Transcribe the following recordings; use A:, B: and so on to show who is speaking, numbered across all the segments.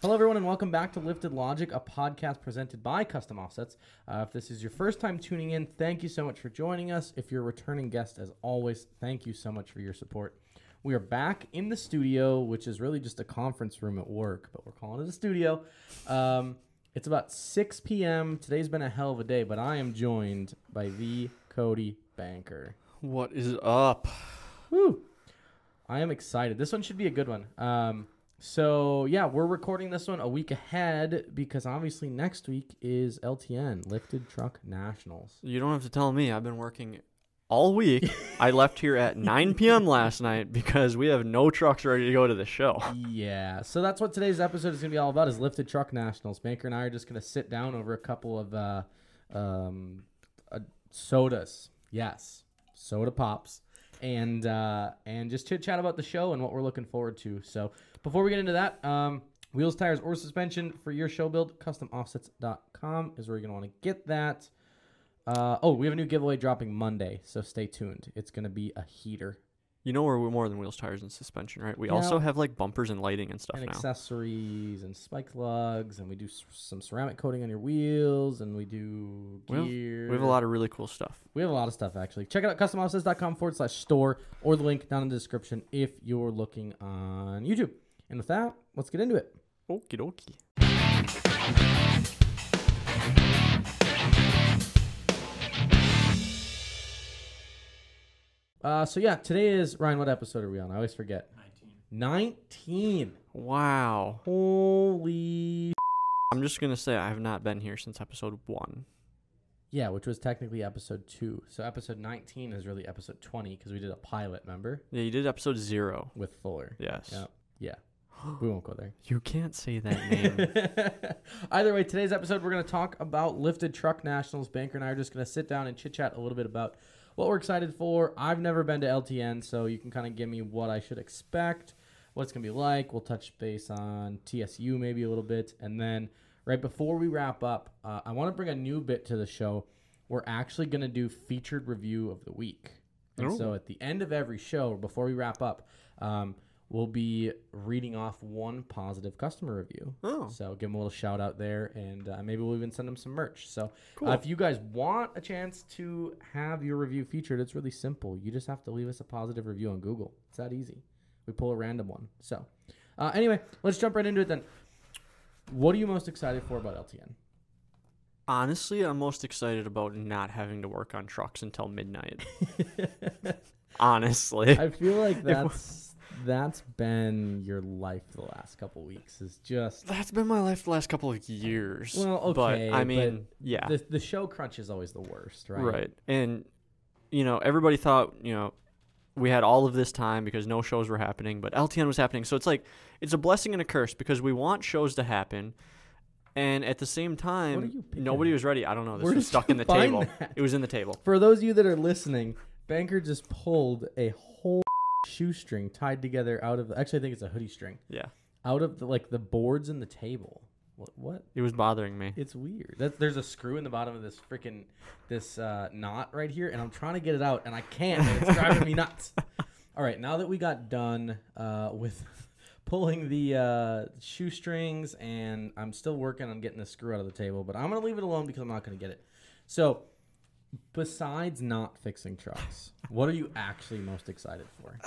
A: Hello, everyone, and welcome back to Lifted Logic, a podcast presented by Custom Offsets. Uh, if this is your first time tuning in, thank you so much for joining us. If you're a returning guest, as always, thank you so much for your support. We are back in the studio, which is really just a conference room at work, but we're calling it a studio. Um, it's about 6 p.m. Today's been a hell of a day, but I am joined by the Cody Banker.
B: What is up?
A: Woo! I am excited. This one should be a good one. Um, so yeah, we're recording this one a week ahead because obviously next week is LTN Lifted Truck Nationals.
B: You don't have to tell me. I've been working all week. I left here at 9 p.m. last night because we have no trucks ready to go to the show.
A: Yeah, so that's what today's episode is gonna be all about: is Lifted Truck Nationals. Banker and I are just gonna sit down over a couple of uh, um, uh, sodas. Yes, soda pops. And uh, and just chit chat about the show and what we're looking forward to. So before we get into that, um, wheels, tires, or suspension for your show build, customoffsets.com is where you're going to want to get that. Uh, oh, we have a new giveaway dropping Monday, so stay tuned. It's going to be a heater,
B: You know, we're more than wheels, tires, and suspension, right? We
A: No.
B: also have like bumpers and lighting and stuff
A: and
B: now.
A: accessories, and spike lugs, and we do s- some ceramic coating on your wheels, and we do
B: We have-
A: gear.
B: We have a lot of really cool stuff.
A: We have a lot of stuff actually. Check it out customoffsets.com forward slash store or the link down in the description if you're looking on YouTube. And with that, let's get into it.
B: Okie dokie.
A: Uh, so yeah, today is Ryan. What episode are we on? I always forget. Nineteen. Nineteen.
B: Wow.
A: Holy.
B: I'm just going to say I have not been here since episode one.
A: Yeah, which was technically episode two. So episode nineteen is really episode twenty because we did a pilot, remember,
B: Yeah, you did episode zero.
A: with Fuller.
B: Yes.
A: Yep. Yeah. We won't go there.
B: You can't say that name.
A: Either way, today's episode, we're going to talk about lifted truck nationals. Banker and I are just going to sit down and chit chat a little bit about what we're excited for. I've never been to LTN, so you can kind of give me what I should expect, what it's going to be like. We'll touch base on TSU maybe a little bit. And then right before we wrap up, uh, I want to bring a new bit to the show. We're actually going to do featured review of the week. And
B: Ooh.
A: so at the end of every show, before we wrap up, um, we'll be reading off one positive customer review.
B: oh.
A: So give them a little shout out there, and uh, maybe we'll even send them some merch. So
B: Cool.
A: uh, if you guys want a chance to have your review featured, it's really simple. You just have to leave us a positive review on Google. It's that easy. We pull a random one. So uh, anyway, let's jump right into it then. What are you most excited for about LTN?
B: Honestly, I'm most excited about not having to work on trucks until midnight. Honestly.
A: I feel like that's that's been your life the last couple weeks is just
B: That's been my life the last couple of years.
A: Well, okay,
B: But I
A: but
B: mean, yeah.
A: the the show crunch is always the worst, right?
B: right. And, you know, everybody thought, you know, we had all of this time because no shows were happening, but LTN was happening. So it's like, it's a blessing and a curse because we want shows to happen. And at the same
A: are
B: time,
A: you picking
B: nobody
A: up?
B: was ready. I don't know. This
A: Where
B: was
A: did
B: stuck
A: you
B: in the
A: find
B: table.
A: that?
B: It was in the table.
A: For those of you that are listening, Banker just pulled a whole shoestring tied together out of the, actually I think it's a hoodie string
B: Yeah.
A: out of the, like the boards in the table. What? What?
B: It was bothering me.
A: It's weird. That there's a screw in the bottom of this freaking this uh, knot right here, and I'm trying to get it out, and I can't. And it's driving me nuts. All right, now that we got done uh, with pulling the uh, shoestrings, and I'm still working on getting the screw out of the table, but I'm gonna leave it alone because I'm not gonna get it. So, besides not fixing trucks, what are you actually most excited for?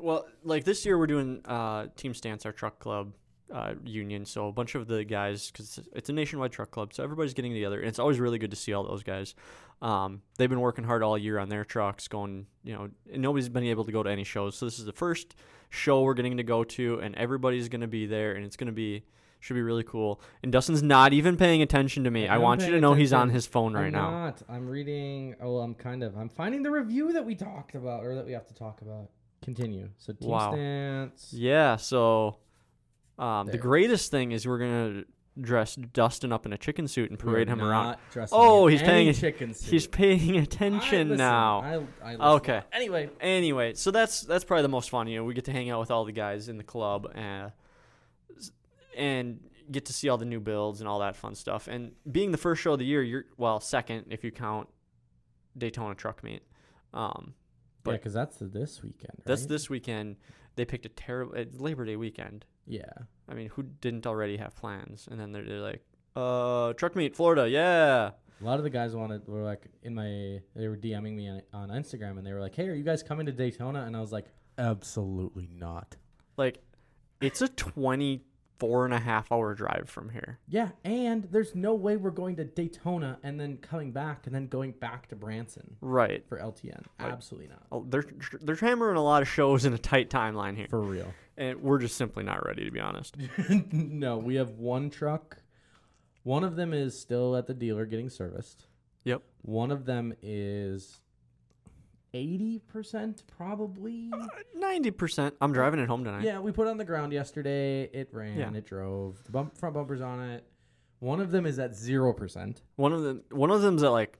B: Well, like this year, we're doing uh, Team Stance, our truck club uh, union. So a bunch of the guys, because it's a nationwide truck club, so everybody's getting together, and it's always really good to see all those guys. Um, they've been working hard all year on their trucks, going, you know, and nobody's been able to go to any shows. So this is the first show we're getting to go to, and everybody's going to be there, and it's going to be should be really cool. And Dustin's not even paying attention to me. I
A: I'm
B: want you
A: paying
B: to know he's on
A: attention.
B: his phone right
A: I'm
B: now.
A: Not. I'm reading. Oh, I'm kind of. I'm finding the review that we talked about, or that we have to talk about. Continue. So team
B: Wow.
A: stance.
B: Yeah, so um, the
A: There.
B: greatest thing is we're gonna dress Dustin up in a chicken suit and
A: We are
B: parade him around.
A: not dressing
B: Oh,
A: in
B: he's
A: any
B: paying-
A: chicken suit.
B: He's paying
A: I
B: attention
A: listen.
B: now.
A: I, I listen.
B: Okay.
A: Anyway,
B: Anyway, so that's that's probably the most fun. You know, we get to hang out with all the guys in the club and and get to see all the new builds and all that fun stuff. And being the first show of the year, you're well second if you count Daytona Truck Meet. Um,
A: Yeah,
B: But
A: because that's the, this weekend. Right?
B: that's this weekend. They picked a terrible Labor Day weekend.
A: Yeah.
B: I mean, who didn't already have plans? And then they're, they're like, uh, truck meet, Florida, yeah.
A: A lot of the guys wanted were like in my they were DMing me on, on Instagram and they were like, "Hey, are you guys coming to Daytona?" And I was like, "Absolutely not."
B: Like, it's a 24 and a half hour drive from here.
A: Yeah, and there's no way we're going to Daytona and then coming back and then going back to Branson
B: Right.
A: for LTN. Absolutely not.
B: Oh, They're, they're hammering a lot of shows in a tight timeline here.
A: For real.
B: And we're just simply not ready, to be honest.
A: no, we have one truck. One of them is still at the dealer getting serviced.
B: Yep.
A: One of them is 80% probably.
B: 90%. I'm driving it home tonight.
A: Yeah, we put it on the ground yesterday. It ran,
B: Yeah.
A: it drove. The bump, front bumpers on it. One of them is at 0%.
B: One of them, one of them's at like,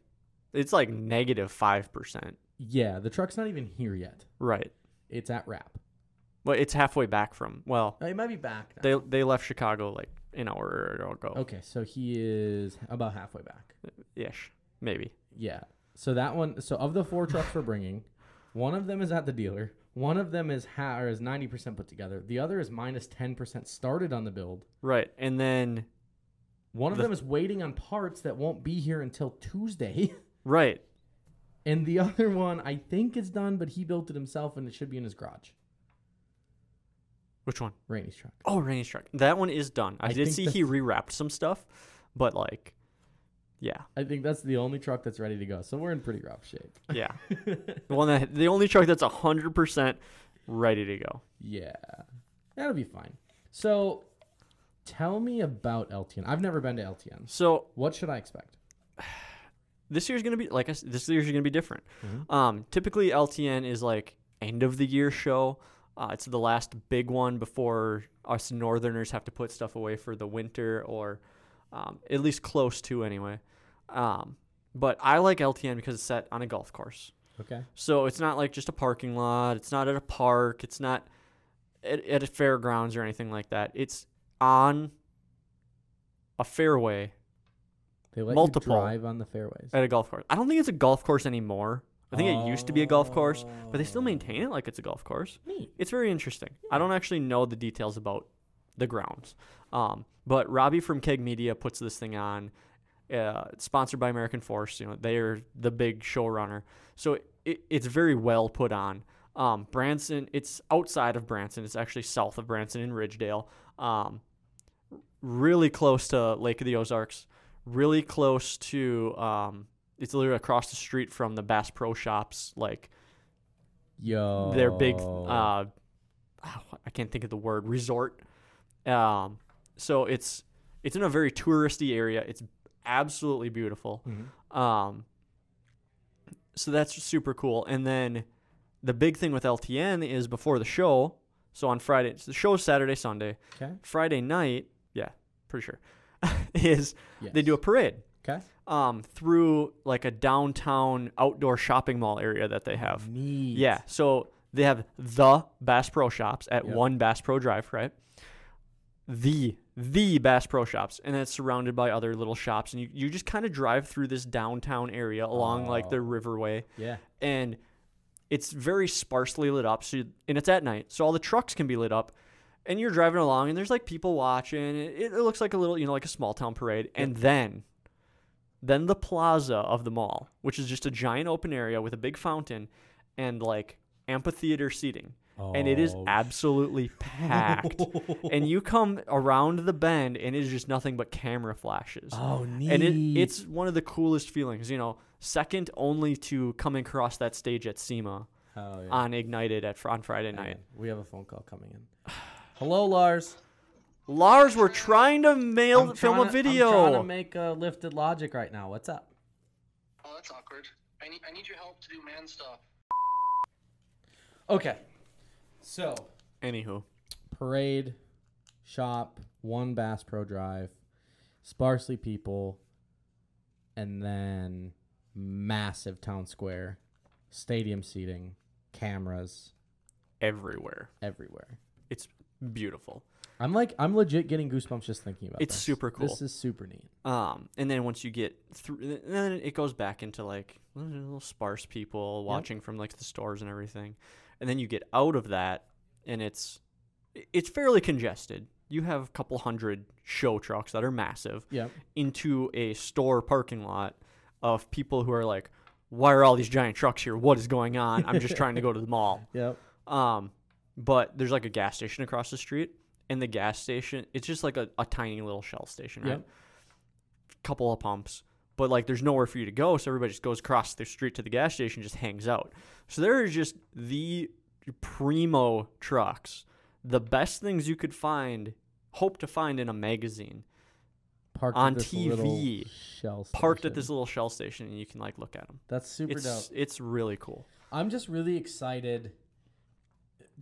B: it's like negative five percent.
A: Yeah, the truck's not even here yet.
B: Right.
A: It's at wrap.
B: But it's halfway back from. Well,
A: Uh, It might be back now.
B: they they left Chicago like an hour ago.
A: Okay, so he is about halfway back.
B: Ish, maybe.
A: Yeah. So that one. So of the four trucks we're bringing, one of them is at the dealer. One of them is ha- or is ninety percent put together. The other is minus ten percent started on the build.
B: Right. And then
A: One of
B: The-
A: them is waiting on parts that won't be here until Tuesday.
B: right.
A: And the other one, I think is done, but he built it himself and it should be in his garage.
B: Which one?
A: Rainey's truck.
B: Oh, Rainey's truck. That one is done. I,
A: I
B: did
A: think
B: see he rewrapped some stuff, but like, yeah,
A: I think that's the only truck that's ready to go. So we're in pretty rough shape.
B: yeah. the one that the only truck that's hundred percent ready to go.
A: Yeah. That'll be fine. So tell me about LTN. I've never been to LTN.
B: So
A: What should I expect?
B: this year's gonna be like I s this year's gonna be different. Um, typically LTN is like end of the year show. Uh, it's the last big one before us Northerners have to put stuff away for the winter, or um, at least close to anyway. Um, but I like LTN because it's set on a golf course,
A: Okay.
B: so it's not like just a parking lot. It's not at a park. It's not at, at a fairgrounds or anything like that. It's on a fairway
A: They let
B: Multiple.
A: you drive on the fairways.
B: at a golf course. I don't think it's a golf course anymore. I think it used to be a golf course, but they still maintain it like it's a golf course.
A: Neat.
B: It's very interesting. I don't actually know the details about the grounds, um, but Robbie from Keg Media puts this thing on. Uh, it's sponsored by American Force, you know they are the big showrunner, so it, it's very well put on. Um, Branson, it's outside of Branson. It's actually south of Branson in Ridgedale. Um, really close to Lake of the Ozarks, really close to um, it's literally across the street from the Bass Pro Shops, like
A: Yo.
B: their big
A: Oh.
B: uh, I can't think of the word resort. Um, so it's it's in a very touristy area. It's absolutely beautiful.
A: Mhm.
B: Um, so that's super cool. And then the big thing with LTN is before the show. So on Friday, so the show is Saturday, Sunday.
A: Okay.
B: Friday night, yeah, pretty sure, is they
A: Yes.
B: do a parade
A: Okay.
B: um, through like a downtown outdoor shopping mall area that they have.
A: Neat.
B: Yeah, so they have the Bass Pro Shops at
A: Yep.
B: one Bass Pro Drive, right? The the Bass Pro Shops, and it's surrounded by other little shops, and you, you just kind of drive through this downtown area along like the
A: Oh.
B: riverway,
A: Yeah.
B: and it's very sparsely lit up. So you, and it's at night, so all the trucks can be lit up, and you're driving along, and there's like people watching. It, it looks like a little, you know, like a small town parade. And then, then the plaza of the mall, which is just a giant open area with a big fountain, and like amphitheater seating, and it is
A: Oh,
B: absolutely packed. and you come around the bend, and it is just nothing but camera flashes
A: Oh, neat.
B: and it, it's one of the coolest feelings you know second only to coming across that stage at sema
A: Oh, yeah.
B: on ignited at fr- on friday
A: Hang
B: night
A: on. We have a phone call coming in. Hello, Lars.
B: lars we're trying to mail
A: I'm
B: film
A: tryna-
B: a
A: I'm trying to
B: video
A: make a lifted logic right now. What's up?
C: Oh, that's awkward. I need, I need your help to do man stuff.
A: Okay. So
B: anywho
A: parade, shop, one Bass Pro Drive, sparsely people, and then massive town square, stadium seating, cameras
B: everywhere
A: everywhere.
B: it's beautiful.
A: I'm like, I'm legit getting goosebumps just thinking about
B: It's
A: this.
B: super cool.
A: This is super neat.
B: Um, and then once you get through, then it goes back into like little sparse people watching from like the stores and everything, and then you get out of that, and it's it's fairly congested. You have a couple hundred show trucks that are massive
A: Yeah.
B: into a store parking lot of people who are like, "Why are all these giant trucks here? What is going on? I'm just trying to go to the mall."
A: Yep.
B: Um, but there's like a gas station across the street, and the gas station it's just like a, a tiny little shell station, right?
A: Yep.
B: Couple of pumps, but like there's nowhere for you to go, so everybody just goes across the street to the gas station, just hangs out. So there is just the primo trucks, the best things you could find, hope to find in a magazine,
A: Parked
B: On
A: at this little
B: TV,
A: shell
B: parked at
A: station.
B: this little shell station, and you can like look at them.
A: That's super dope.
B: It's it's really cool.
A: I'm just really excited.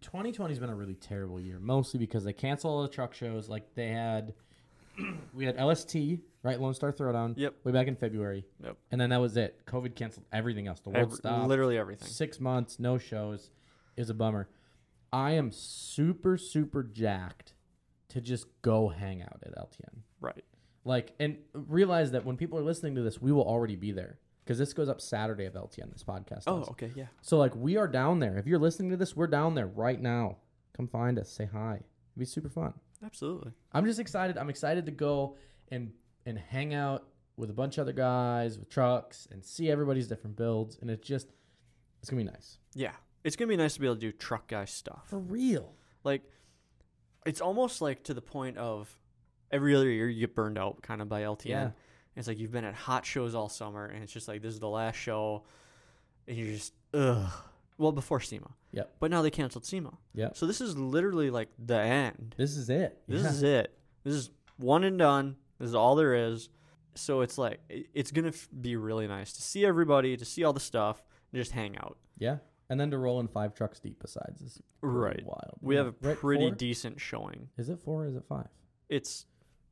A: 2020 has been a really terrible year, mostly because they canceled all the truck shows. Like they had, we had LST, right? Lone Star Throwdown.
B: Yep.
A: Way back in February.
B: Yep.
A: And then that was it. COVID canceled everything else. The world
B: Every-
A: stopped.
B: literally everything.
A: Six months, no shows. Is a bummer. I am super, super jacked to just go hang out at LTN.
B: Right.
A: Like, and realize that when people are listening to this, we will already be there because this goes up Saturday of LTN. This podcast.
B: Oh,
A: does.
B: okay, yeah.
A: So like we are down there. If you're listening to this, we're down there right now. Come find us. Say hi. It'd be super fun.
B: Absolutely.
A: I'm just excited. I'm excited to go and and hang out with a bunch of other guys with trucks and see everybody's different builds. And it's just it's gonna be nice.
B: Yeah. It's gonna be nice to be able to do truck guy stuff.
A: For real.
B: Like it's almost like to the point of every other year you get burned out kind of by LTN.
A: Yeah.
B: And It's like you've been at hot shows all summer and it's just like this is the last show and you're just ugh. Well, before SEMA.
A: Yep.
B: But now they canceled SEMA.
A: Yep.
B: So this is literally like the end.
A: This is it.
B: This
A: Yeah.
B: is it. This is one and done. This is all there is. So it's like it- it's gonna f- be really nice to see everybody, to see all the stuff, and just hang out.
A: Yeah. And then to roll in five trucks deep besides is pretty
B: Right.
A: wild.
B: We
A: Yeah.
B: have a
A: Right,
B: pretty
A: four?
B: decent showing.
A: Is it four or is it five?
B: It's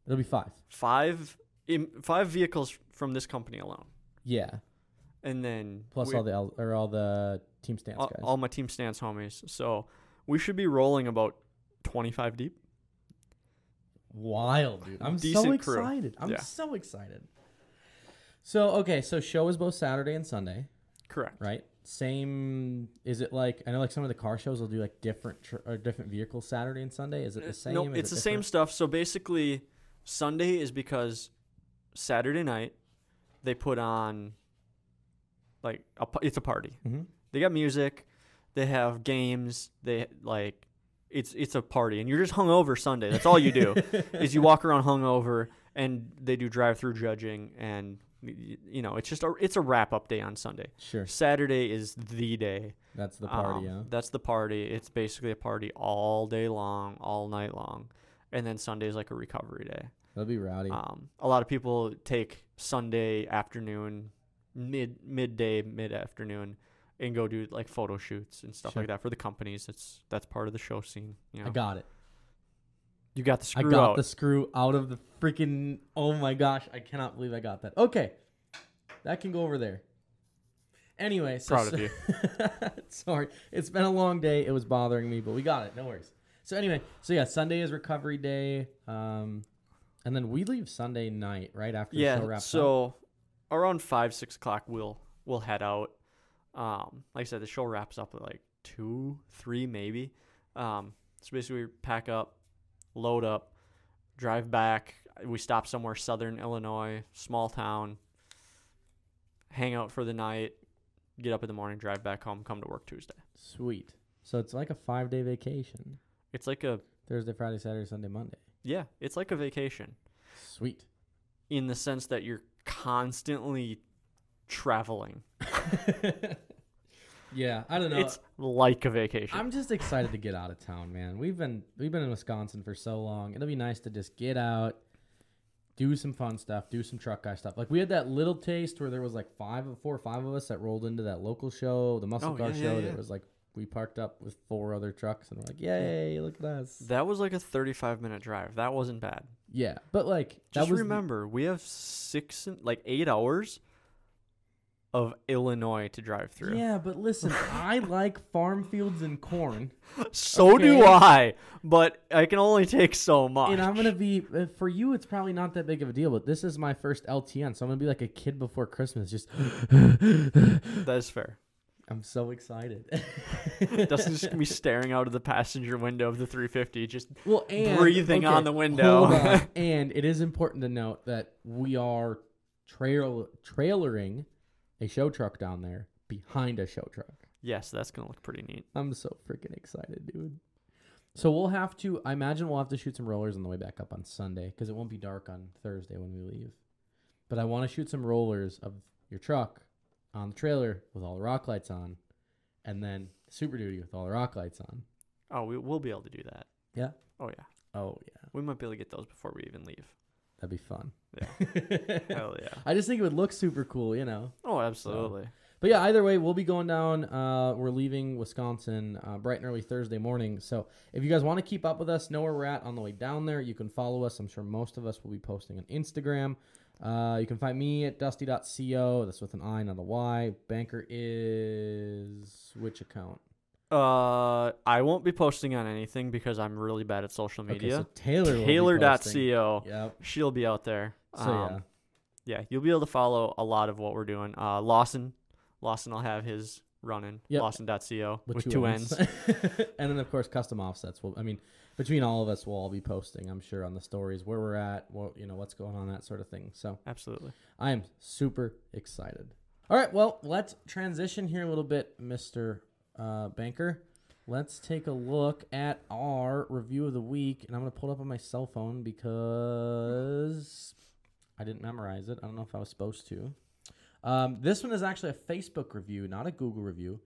A: It'll be five.
B: five im- five vehicles from this company alone,
A: Yeah.
B: and then
A: Plus
B: we-
A: all the L- or all the team stance
B: all,
A: guys.
B: all my team stance homies. So we should be rolling about twenty five deep.
A: wild, dude. I'm so
B: Decent crew.
A: excited. I'm
B: Yeah.
A: so excited. So okay, so show is both Saturday and Sunday,
B: Correct.
A: right? Same. Is it like I know like some of the car shows will do like different tr- or different vehicles Saturday and Sunday. Is it the same?
B: No,
A: Is
B: it's
A: it
B: the same
A: different?
B: stuff. So basically, Sunday is because Saturday night they put on like a, pa- it's a party.
A: Mhm.
B: They got music, they have games, they like it's it's a party, and you're just hungover Sunday. That's all you do
A: Mm-hmm.
B: is you walk around hungover, and they do drive through judging, and y- y- you know it's just a it's a wrap up day on Sunday.
A: Sure,
B: Saturday is the day.
A: that's the party.
B: Um,
A: huh?
B: That's the party. It's basically a party all day long, all night long. And then Sunday is like a recovery day.
A: That'll be rowdy.
B: Um, a lot of people take Sunday afternoon, mid midday, mid afternoon, and go do like photo shoots and stuff
A: Sure.
B: like that for the companies. It's that's part of the show scene. You, know?
A: I got it.
B: you got the
A: I
B: screw
A: got
B: out.
A: the screw out of the freaking. Oh my gosh, I cannot believe I got that. Okay, that can go over there. Anyway, so,
B: Proud of you.
A: sorry, it's been a long day. It was bothering me, but we got it. No worries. So anyway, so yeah, Sunday is recovery day, um, and then we leave Sunday night right after the show
B: yeah.
A: wraps up.
B: So around five six o'clock we'll we'll head out. Um, like I said, the show wraps up at like two three maybe. Um, so basically we pack up, load up, drive back. We stop somewhere southern Illinois, small town. Hang out for the night, get up in the morning, drive back home, come to work Tuesday.
A: Sweet. So it's like a five day vacation:
B: It's like a
A: Thursday, Friday, Saturday, Sunday, Monday.
B: yeah, it's like a vacation
A: Sweet.
B: in the sense that you're constantly traveling.
A: yeah, I don't know.
B: It's like a vacation.
A: I'm just excited to get out of town, man. We've been we've been in Wisconsin for so long. It'll be nice to just get out, do some fun stuff, do some truck guy stuff. Like we had that little taste where there was like five of four or five of us that rolled into that local show, the muscle
B: Oh,
A: car
B: yeah, yeah,
A: show.
B: yeah.
A: That was like we parked up with four other trucks and we're like, yay, look at us.
B: That was like a 35 minute drive. That wasn't bad.
A: Yeah, but like that
B: Just
A: was
B: remember, we have six, and- like eight hours of Illinois to drive through.
A: Yeah, but listen, I like farm fields and corn,
B: So do
A: Okay.
B: I, but I can only take so much.
A: and I'm gonna be uh, for you. It's probably not that big of a deal, but this is my first LTN, so I'm gonna be like a kid before Christmas. Just
B: That's fair.
A: I'm so excited.
B: Dustin's just gonna be staring out of the passenger window of the 350, just
A: well, and,
B: breathing
A: okay,
B: on the window.
A: hold on. and it is important to note that we are trail trailering a show truck down there behind a show truck.
B: yes, that's gonna look pretty neat.
A: I'm so freaking excited, dude. So we'll have to. I imagine we'll have to shoot some rollers on the way back up on Sunday because it won't be dark on Thursday when we leave. But I want to shoot some rollers of your truck on the trailer with all the rock lights on, and then Super Duty with all the rock lights on.
B: Oh, we will be able to do that.
A: Yeah.
B: Oh yeah,
A: Oh yeah,
B: we might be able to get those before we even leave.
A: that'd be fun.
B: Hell yeah.
A: I just think it would look super cool, you know.
B: Oh, absolutely.
A: But yeah, either way, we'll be going down. Uh, we're leaving Wisconsin uh, bright and early Thursday morning. So if you guys want to keep up with us, know where we're at on the way down there, you can follow us. I'm sure most of us will be posting on Instagram. Uh, you can find me at dusty.co. That's with an I, not a Y. Banker is which account?
B: Uh, I won't be posting on anything because I'm really bad at social
A: Okay,
B: media.
A: so Taylor. will be posting.
B: Taylor.co.
A: Yep.
B: She'll be out there.
A: So yeah.
B: Um, yeah. you'll be able to follow a lot of what we're doing. Uh, Lawson, Lawson will have his running.
A: Yep.
B: Lawson.co with, two N's.
A: and then of course custom offsets will i mean between all of us we'll all be posting i'm sure on the stories where we're at what you know what's going on that sort of thing so
B: Absolutely.
A: i am super excited all right well let's transition here a little bit mr uh, banker let's take a look at our review of the week and i'm going to pull it up on my cell phone because i didn't memorize it i don't know if i was supposed to um, this one is actually a Facebook review, not a Google review.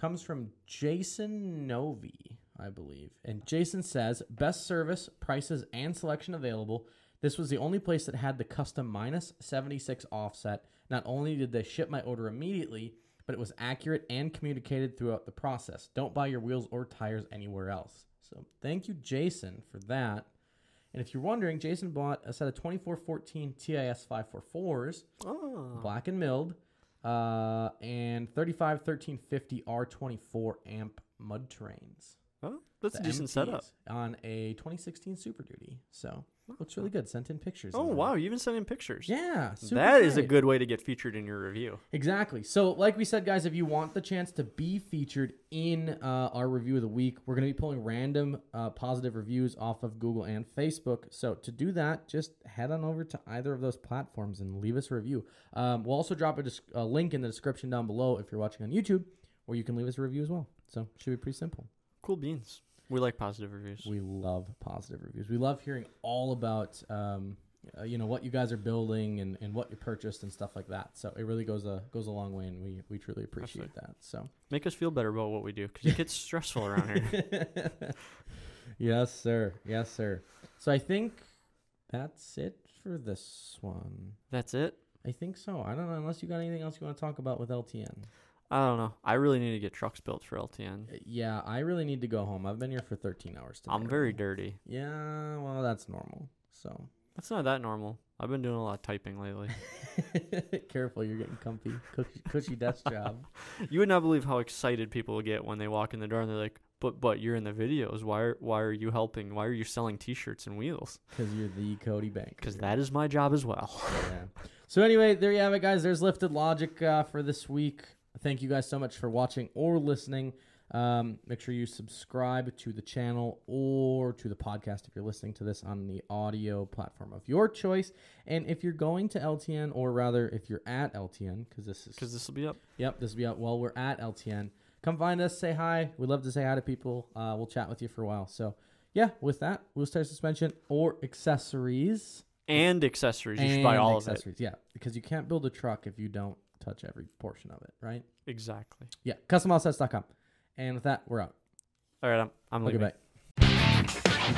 A: Comes from Jason Novi, I believe. And Jason says, best service, prices, and selection available. This was the only place that had the custom minus 76 offset. Not only did they ship my order immediately, but it was accurate and communicated throughout the process. Don't buy your wheels or tires anywhere else. So thank you, Jason, for that. And if you're wondering, Jason bought a set of 2414 TIS 544s
B: Oh,
A: black and milled, uh, and 35 1350 R24 amp mud terrains.
B: well, that's a
A: The
B: decent
A: MTs
B: setup.
A: on a 2016 Super Duty. So looks really good. Sent in pictures.
B: Oh
A: and
B: wow,
A: whatnot.
B: you even sent in pictures.
A: Yeah,
B: that is a
A: great.
B: good way to get featured in your review.
A: Exactly. So, like we said, guys, if you want the chance to be featured in uh, our review of the week, we're going to be pulling random uh, positive reviews off of Google and Facebook. So, to do that, just head on over to either of those platforms and leave us a review. Um, we'll also drop a, dis- a link in the description down below if you're watching on YouTube, where you can leave us a review as well. So, should be pretty simple.
B: Cool beans. We like positive reviews.
A: We love positive reviews. We love hearing all about, um, uh, you know, what you guys are building and, and what you purchased and stuff like that. So it really goes a goes a long way, and we we truly appreciate that. So
B: Make us feel better about what we do because it gets stressful around here.
A: yes, sir. Yes, sir. So I think that's it for this one.
B: That's it.
A: I think so. I don't know unless you got anything else you want to talk about with LTN.
B: I don't know. I really need to get trucks built for LTN.
A: Uh, Yeah, I really need to go home. I've been here for 13 hours today.
B: I'm very dirty.
A: Yeah, well, that's normal. So
B: That's not that normal. I've been doing a lot of typing lately.
A: careful, you're getting comfy, cushy, cushy desk job.
B: you would not believe how excited people get when they walk in the door and they're like, "But but you're in the videos. Why are why are you helping? Why are you selling T-shirts and wheels?
A: Because you're the Cody Bank.
B: Because that is my job as well."
A: Yeah. So anyway, there you have it, guys. There's lifted logic uh, for this week. Thank you guys so much for watching or listening. Um, make sure you subscribe to the channel or to the podcast if you're listening to this on the audio platform of your choice. And if you're going to LTN, or rather, if you're at LTN, because this is
B: Because this will be up.
A: Yep, this will be out while we're at LTN. Come find us, say hi. We love to say hi to people. Uh, we'll chat with you for a while. So, yeah, with that, wheel tire suspension or accessories.
B: And accessories. You should buy
A: and
B: all of
A: accessories. Yeah, because you can't build a truck if you don't touch every portion of it, right?
B: it. Exactly.
A: Yeah, customoffsets.com. And with that, we're out.
B: All right. I'm, I'm
A: Look
B: leaving.
A: back.